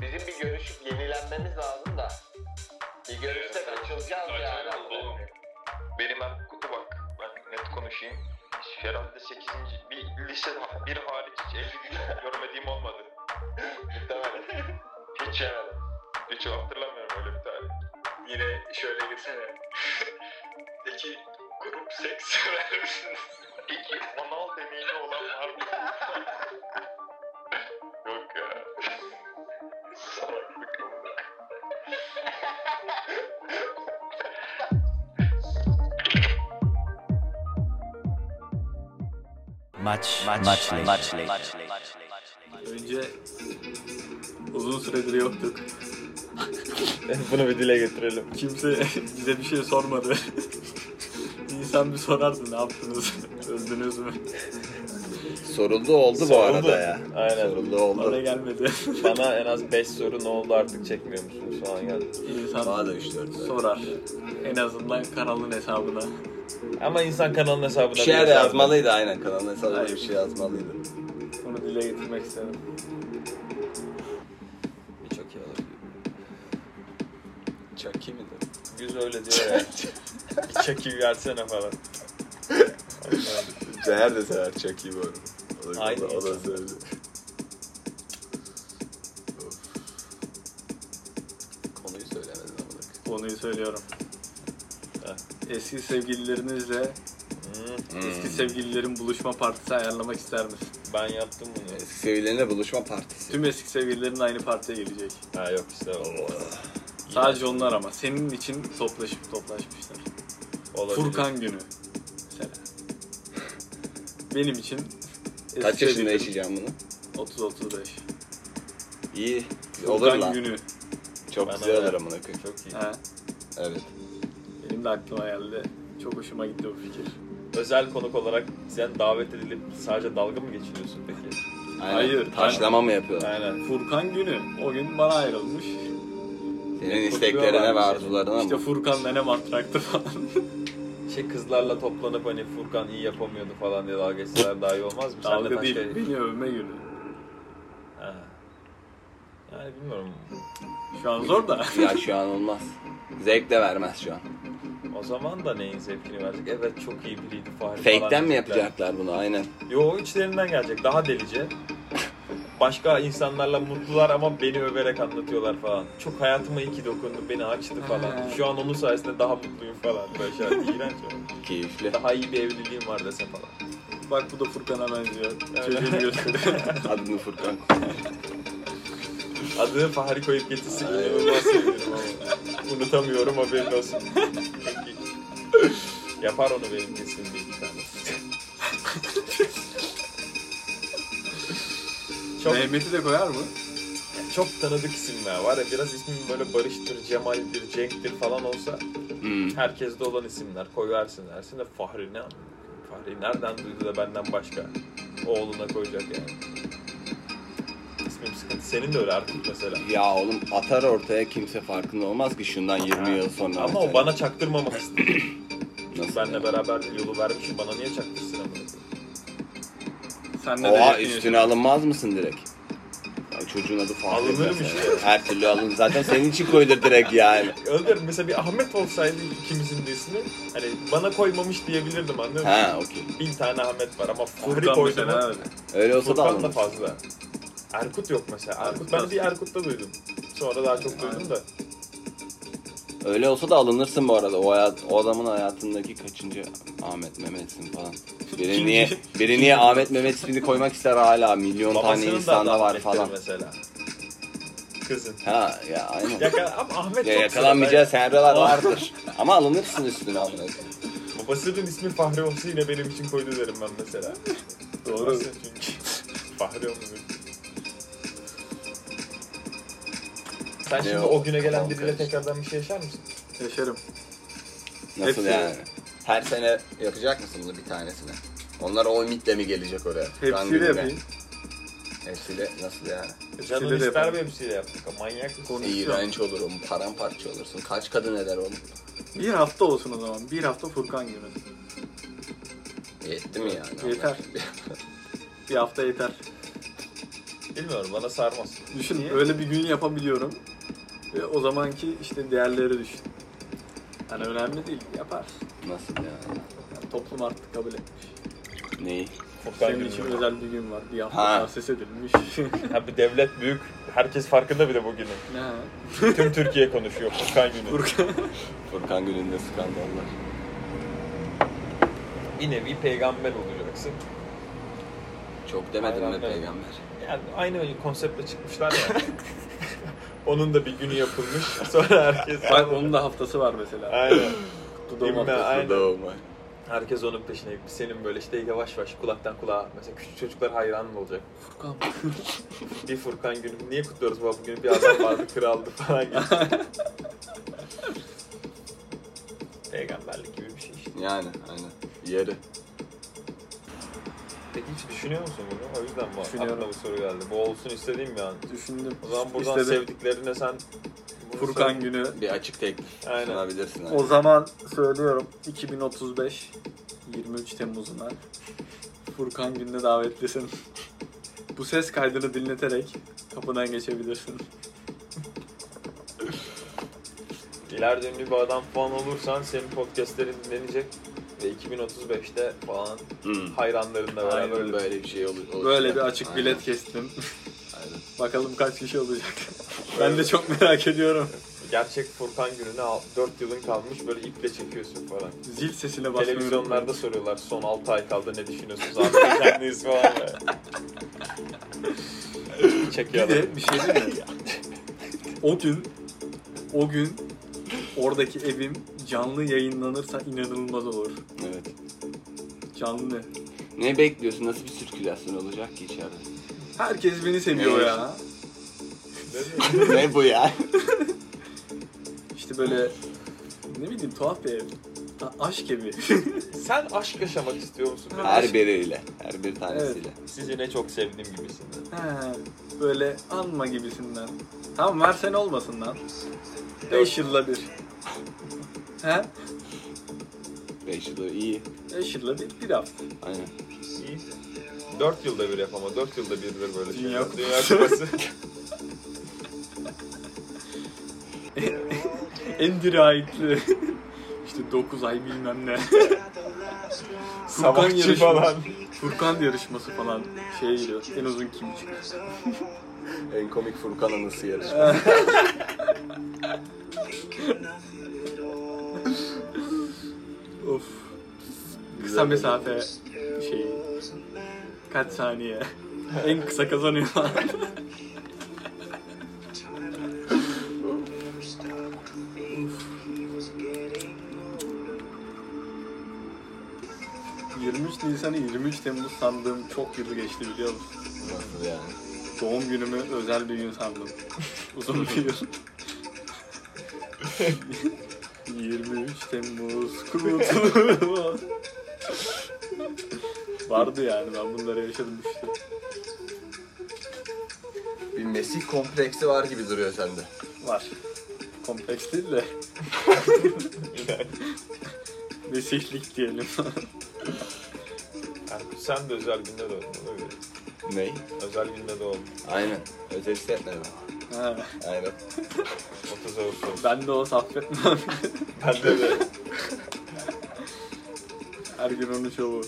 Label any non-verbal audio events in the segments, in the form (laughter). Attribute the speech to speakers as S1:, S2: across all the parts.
S1: Bizim bir görüşüp yenilenmemiz lazım da. Bir görüşsek açılacağız yani.
S2: Acayip oldu oğlum. Benim Erkut'u bak. Ben net konuşayım. Herhalde 8. bir lise bir hariç hiç 50 gün görmediğim olmadı.
S1: Muhtemelen.
S2: Hiç yani. Hiç hatırlamıyorum öyle bir tarih.
S3: Yine şöyle girsene. İki grup seks vermişsiniz.
S2: İlk anal deneyimi olan var
S3: (laughs)
S2: mı? Yok ya. Salaklık oldu.
S4: Much, much, much later. Much later.
S3: Önce uzun süredir yoktuk.
S1: (laughs) Bunu bir dile getirelim.
S3: Kimse (laughs) bize bir şey sormadı. (laughs) İnsan bir sorardı ne yaptınız? (laughs) Öldünüz mü?
S5: Soruldu oldu bu arada ya.
S1: Aynen.
S5: Soruldu
S3: Bana
S5: oldu.
S3: gelmedi. (laughs)
S1: Bana en az 5 soru ne oldu artık çekmiyor musunuz falan geldi.
S3: İnsan
S5: Bana da 3-4
S3: sorar. En azından kanalın hesabına.
S1: Ama insan kanalın hesabına
S5: Bir şeyler
S1: biraz-
S5: yazmalıydı aynen kanalına hesabına bir şey yazmalıydı.
S3: Bunu dile getirmek istedim.
S5: Çok iyi olur. Çok iyi midir?
S1: Güz öyle diyor ya. (laughs) Çekil versene falan.
S5: Ceher de sever çok iyi bu arada. O da,
S1: Aynı
S5: o da- o da
S1: insan.
S5: sevdi. Of. Konuyu söylemedin amına
S3: Konuyu söylüyorum. Eski sevgililerinizle
S1: Hmm.
S5: koyayım.
S3: eski sevgililerin buluşma partisi ayarlamak ister misin?
S1: Ben yaptım bunu.
S5: Eski sevgililerinle buluşma partisi.
S3: Tüm eski sevgililerin aynı partiye gelecek.
S1: Ha yok işte
S3: Sadece onlar ama. Senin için toplaşıp toplaşmışlar.
S1: olabilir.
S3: Furkan günü. Mesela. Benim için eski
S5: Kaç yaşında
S3: sevgililerim-
S5: yaşayacağım bunu?
S3: 30-35.
S5: İyi. Olur
S3: Furkan
S5: lan.
S3: günü.
S5: Çok
S1: Bana
S5: güzel olur
S1: ver.
S5: amına koyayım.
S1: Çok iyi.
S3: Ha.
S5: Evet.
S3: Benim de aklıma geldi. Çok hoşuma gitti bu fikir.
S1: Özel konuk olarak sen davet edilip sadece dalga mı geçiriyorsun peki?
S5: Aynen.
S3: Hayır,
S5: Taşlama mı yapıyorlar?
S1: Aynen.
S3: Furkan günü. O gün bana ayrılmış.
S5: Senin isteklerine ve arzularına
S3: İşte
S5: mı?
S3: Furkan benim attraktı falan.
S1: Şey kızlarla toplanıp hani Furkan iyi yapamıyordu falan diye dalga geçseler daha iyi olmaz mı? Sen de
S3: Dalga değil,
S1: başka-
S5: şey.
S3: beni övme günü.
S1: Ha. Yani bilmiyorum.
S3: Şu an zor da. (laughs)
S5: ya şu an olmaz. Zevk de vermez şu an.
S1: O zaman da neyin zevkini verecek? Evet çok iyi biriydi Fahri falan
S5: Fake'ten mi
S1: diyecekler.
S5: yapacaklar bunu? Aynen.
S1: Yo içlerinden gelecek. Daha delice. Başka insanlarla mutlular ama beni överek anlatıyorlar falan. Çok hayatıma iyi ki dokundu, beni açtı falan.
S3: He.
S1: Şu an onun sayesinde daha mutluyum falan. Böyle şeyler iğrenç olur.
S5: Keyifli.
S1: Daha iyi bir evliliğim var dese falan.
S3: Bak bu da Furkan'a benziyor. Çocuğunu
S5: (laughs)
S3: gösteriyor.
S5: Adını Furkan.
S1: Adını Fahri koyup getirsin
S5: Ay.
S1: inanılmaz seviyorum ama. Unutamıyorum haberin olsun. Çünkü Yapar onu benim kesin bir iki tane. Çok,
S3: Mehmet'i de koyar mı?
S1: çok tanıdık isimler var ya biraz ismin böyle Barış'tır, Cemal'dir, Cenk'tir falan olsa
S5: Hmm.
S1: herkeste olan isimler koyarsın dersin de Fahri ne? am- Fahri nereden duydu da benden başka oğluna koyacak yani. İsmim sıkıntı. Senin de öyle artık mesela.
S5: Ya oğlum atar ortaya kimse farkında olmaz ki şundan 20 yıl sonra.
S1: Ama
S5: mesela.
S1: o bana çaktırmamak istedi.
S5: Nasıl
S1: Benle
S5: ya?
S1: beraber yolu vermişim. Bana niye çaktırsın amına koyayım?
S3: Sen
S5: Oha
S3: yakın
S5: üstüne alınmaz mısın direkt? Ya çocuğun adı Fahri.
S1: Alınırım
S5: mesela.
S1: işte.
S5: Her türlü alın. Zaten senin için koyulur
S1: (laughs)
S5: direkt yani.
S1: Öyle mesela bir Ahmet olsaydı ikimizin de ismi hani bana koymamış diyebilirdim anladın mı?
S5: Ha okey.
S1: Bin tane Ahmet var ama Fahri
S3: Furkan
S1: koydu
S3: mesela
S1: mu?
S3: öyle.
S5: Öyle olsa da
S1: Furkan da
S5: alınır.
S1: fazla. Erkut yok mesela. Erkut
S3: Erkut
S1: ben
S3: az.
S1: bir Erkut'ta duydum. Sonra daha çok duydum da.
S5: Öyle olsa da alınırsın bu arada. O, hayat, o adamın hayatındaki kaçıncı Ahmet Mehmet'sin falan. Biri niye, biri niye Ahmet Mehmet ismini koymak ister hala? Milyon tane
S1: Babasının da
S5: insanda
S1: adı
S5: var
S1: Ahmet'tir
S5: falan.
S1: mesela. Kızın.
S5: Ha ya aynen.
S1: Yakala ama Ahmet
S5: Ya
S1: çok
S5: yakalanmayacağı
S1: sever.
S5: senaryolar vardır. Ama alınırsın üstüne amına koyayım.
S1: Babasının ismi Fahri olsa yine benim için koydu derim ben (laughs) mesela.
S3: Doğru.
S1: Babası çünkü. Fahri olmuyor. Sen
S5: Ne
S1: şimdi
S5: o?
S1: o, güne gelen
S5: Tamam,
S1: biriyle
S5: kardeşim.
S1: tekrardan bir şey yaşar mısın?
S3: Yaşarım.
S5: Nasıl
S3: Hepsi.
S5: yani? Her sene yapacak mısın bunu bir tanesini? Onlar o ümitle mi gelecek oraya?
S3: Hepsiyle
S5: Randevuyla.
S3: yapayım.
S5: Hepsiyle nasıl yani?
S1: Canın
S3: de
S1: ister
S3: yaparım.
S1: mi hepsiyle yaptık? Manyak mısın?
S3: Konu-
S5: İğrenç olurum, paramparça olursun. Kaç kadın eder oğlum?
S3: Bir hafta olsun o zaman. Bir hafta Furkan günü.
S5: Yetti mi yani?
S3: Yeter. Bir hafta yeter.
S1: Bilmiyorum bana sarmaz.
S3: Düşün
S1: Niye?
S3: öyle bir gün yapabiliyorum. Ve o zamanki işte değerleri düşün. Yani önemli değil yapar.
S5: Nasıl yani?
S3: Yani toplum artık kabul etmiş.
S5: Neyi?
S1: Furkan
S3: Senin için
S1: gibi.
S3: özel bir gün var. Bir
S5: Ha.
S3: hafta
S1: (laughs)
S3: tahsis edilmiş.
S1: Ha bir devlet büyük. Herkes farkında bile
S3: (laughs)
S1: bugünün.
S3: ne?
S1: Tüm Türkiye konuşuyor Furkan günü.
S3: Furkan.
S5: Furkan gününde skandallar.
S1: Bir nevi peygamber olacaksın.
S5: Çok demedim mi
S1: Aynen öyle.
S5: peygamber?
S1: Yani aynı konseptle çıkmışlar
S3: (laughs)
S1: ya. Onun da bir günü yapılmış. Sonra herkes...
S3: Bak onun da haftası var mesela.
S1: Aynen.
S3: Kutlu
S1: Değil
S3: doğum
S1: mi?
S3: haftası.
S1: Aynen.
S5: Doğum ay.
S1: Herkes onun peşine. Senin böyle işte yavaş yavaş kulaktan kulağa. Mesela küçük çocuklar hayran mı olacak?
S3: Furkan.
S1: Bir Furkan günü. Niye kutluyoruz baba bugün? Bir adam
S3: (laughs)
S1: vardı kraldı falan gibi. Peygamberlik gibi bir şey işte.
S5: Yani aynen. Yarı.
S1: Peki hiç düşünüyor musun bunu? O yüzden bu
S3: Düşünüyorum.
S1: aklıma bu soru geldi. Bu olsun istediğim yani.
S3: Düşündüm.
S1: O
S3: (laughs)
S1: zaman buradan
S3: İstedim.
S1: sevdiklerine sen bunu
S3: Furkan
S1: söyle.
S3: günü.
S5: Bir açık teklif
S1: Aynen.
S5: sunabilirsin.
S3: O zaman söylüyorum 2035 23 Temmuz'una Furkan Günü'ne davetlisin. Bu ses kaydını dinleterek kapıdan geçebilirsin.
S1: İleride ünlü bir adam falan olursan senin podcastlerin dinlenecek ve 2035'te falan
S5: Hmm.
S1: hayranlarınla beraber
S3: Aynen.
S1: böyle
S5: Böyle bir şey olur. olacak.
S3: Böyle bir açık
S5: Aynen,
S3: bilet kestim.
S5: Aynen.
S3: Bakalım kaç kişi olacak. ben de çok merak ediyorum.
S1: gerçek Furkan gününe 4 yılın kalmış böyle iple çekiyorsun falan.
S3: Zil sesine basmıyorum.
S1: Televizyonlarda soruyorlar son 6 ay kaldı ne düşünüyorsunuz abi kendiniz falan
S3: (laughs)
S1: böyle.
S3: Bir
S1: Çekiyorlar.
S3: de bir şey değil mi? o gün o gün oradaki evim canlı yayınlanırsa inanılmaz olur.
S5: Evet.
S3: Canlı.
S5: Ne bekliyorsun? Nasıl bir sirkülasyon olacak ki içeride? (laughs)
S3: Herkes beni seviyor
S5: Evet.
S3: ya.
S5: ne bu ya?
S3: İşte böyle ne bileyim tuhaf bir ev. Ta- aşk evi.
S1: Sen aşk yaşamak istiyor musun? Benim
S5: Her
S1: aşk-
S5: biriyle. Her bir tanesiyle.
S1: Sizi ne çok sevdim gibisin.
S3: He, böyle anma gibisinden. Tamam her sene olmasın lan. 5 yılda bir. He?
S5: Beş yılı iyi.
S3: 5 yılda bir, bir hafta.
S5: Aynen.
S1: 4 yılda bir yap ama 4 yılda birdir böyle
S3: Dünya
S1: şeyler.
S3: Kupası.
S1: Dünya kupası.
S3: (laughs) En dirayetli. (laughs) işte 9 ay
S1: (laughs)
S3: bilmem ne. Furkan
S1: Savaşçı
S3: yarışması.
S1: falan.
S3: Furkan yarışması falan şeye giriyor. En uzun kim çıkıyor.
S5: En komik Furkan anısı yarışması.
S3: Of. Kısa mesafe şey. Kaç saniye. en kısa kazanıyor. ...23 Nisan'ı 23 Temmuz sandığım çok yıl geçti biliyor musun?
S5: Nasıl yani?
S3: Doğum günümü özel bir gün sandım. Uzun bir yıl. 23 Temmuz kutlu. Vardı yani ben bunları yaşadım işte.
S5: Bir Mesih kompleksi var gibi duruyor sende.
S3: Var. Kompleks değil de. Mesihlik diyelim.
S1: Yani sen de özel günde doğdun. ona göre.
S5: Ney?
S1: Özel günde doğdun.
S5: Aynen. Özel hissetmedim.
S3: Ha,
S5: Aynen.
S1: 30 Ağustos.
S3: ben de o saffetmem.
S1: Ben de de.
S3: Her gün onun şovu.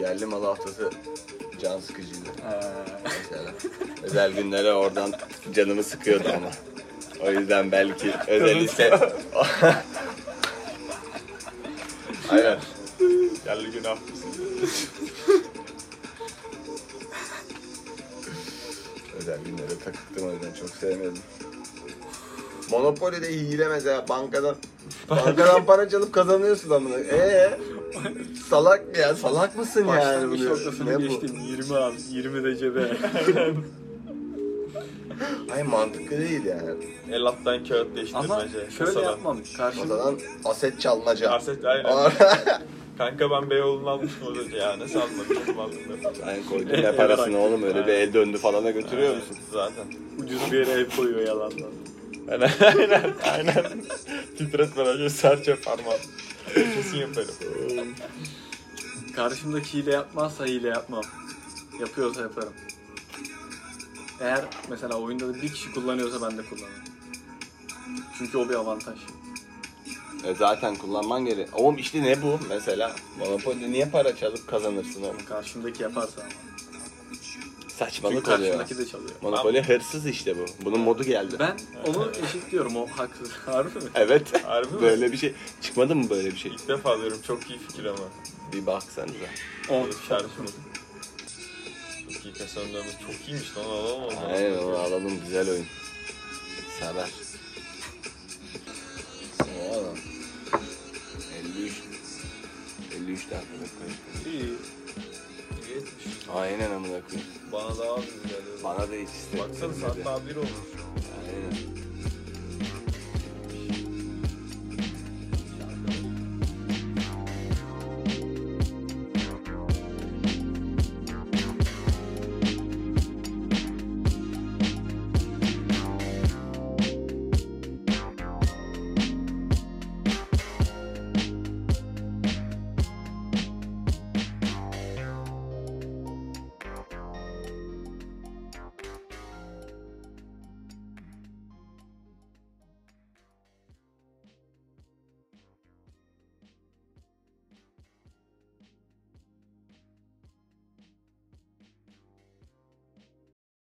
S5: Yerli malı haftası can sıkıcıydı
S3: Ha.
S5: mesela. özel günlere oradan canımı sıkıyordu ama. O yüzden belki özel hisset... (laughs) Aynen.
S1: Yerli gün haftası.
S5: Özel günlere takıktım o yüzden çok sevmedim. Monopoly de hilemez ya bankadan. Bankadan para çalıp kazanıyorsun amına. Ee salak ya salak mısın yani
S3: Başlangıç
S5: bunu?
S3: noktasını
S5: Ne bu?
S3: geçtim. 20 abi. 20 de cebe.
S5: Hayır mantıklı değil yani.
S1: El alttan kağıt değiştirmece.
S3: Ama şöyle
S1: Kasadan.
S3: yapmam.
S5: O
S3: Karşımda
S5: zaman aset çalmaca.
S1: Aset aynen. (laughs) Kanka ben Beyoğlu'nu almıştım az önce ya. Nasıl almamıştım (laughs) aldım.
S5: Ben koydum ne parasını oğlum öyle bir el döndü falana götürüyor musun?
S1: Zaten.
S3: ucuz bir yere el koyuyor yalandan.
S1: Aynen aynen. aynen. Titretme lan. şöyle Serçe parmağım. Kesin yaparım.
S3: Karşımdaki hile yapmazsa hile yapmam. Yapıyorsa yaparım. Eğer mesela oyunda da bir kişi kullanıyorsa ben de kullanırım. Çünkü o bir avantaj.
S5: E zaten kullanman gerek. Oğlum işte ne bu mesela? Monopoly'de niye para çalıp kazanırsın oğlum?
S3: Ama karşımdaki yaparsa ama. Çünkü
S5: Saçmalık oluyor.
S3: karşımdaki de çalıyor.
S5: Monopoly hırsız işte bu. Bunun modu geldi.
S3: Ben onu eşitliyorum o haksız. (laughs) Harbi mi?
S5: Evet.
S1: Harbi mi?
S5: böyle bir şey. Çıkmadı mı böyle bir şey?
S1: İlk defa diyorum çok iyi fikir ama.
S5: Bir baksanıza.
S3: 10.
S1: Böyle Şarjımı. Çok iyi kasanın dönmesi çok iyiymiş lan alalım onu.
S5: Aynen onu alalım. Güzel oyun. Sever. Oğlum. 53. 53 tane amına koyayım.
S1: İyi. İyi etmiş.
S5: Aynen amına koyayım.
S1: Bana daha az güzel.
S5: Bana da hiç istemiyorum.
S1: Baksana saat daha bir olmuş.
S5: Aynen.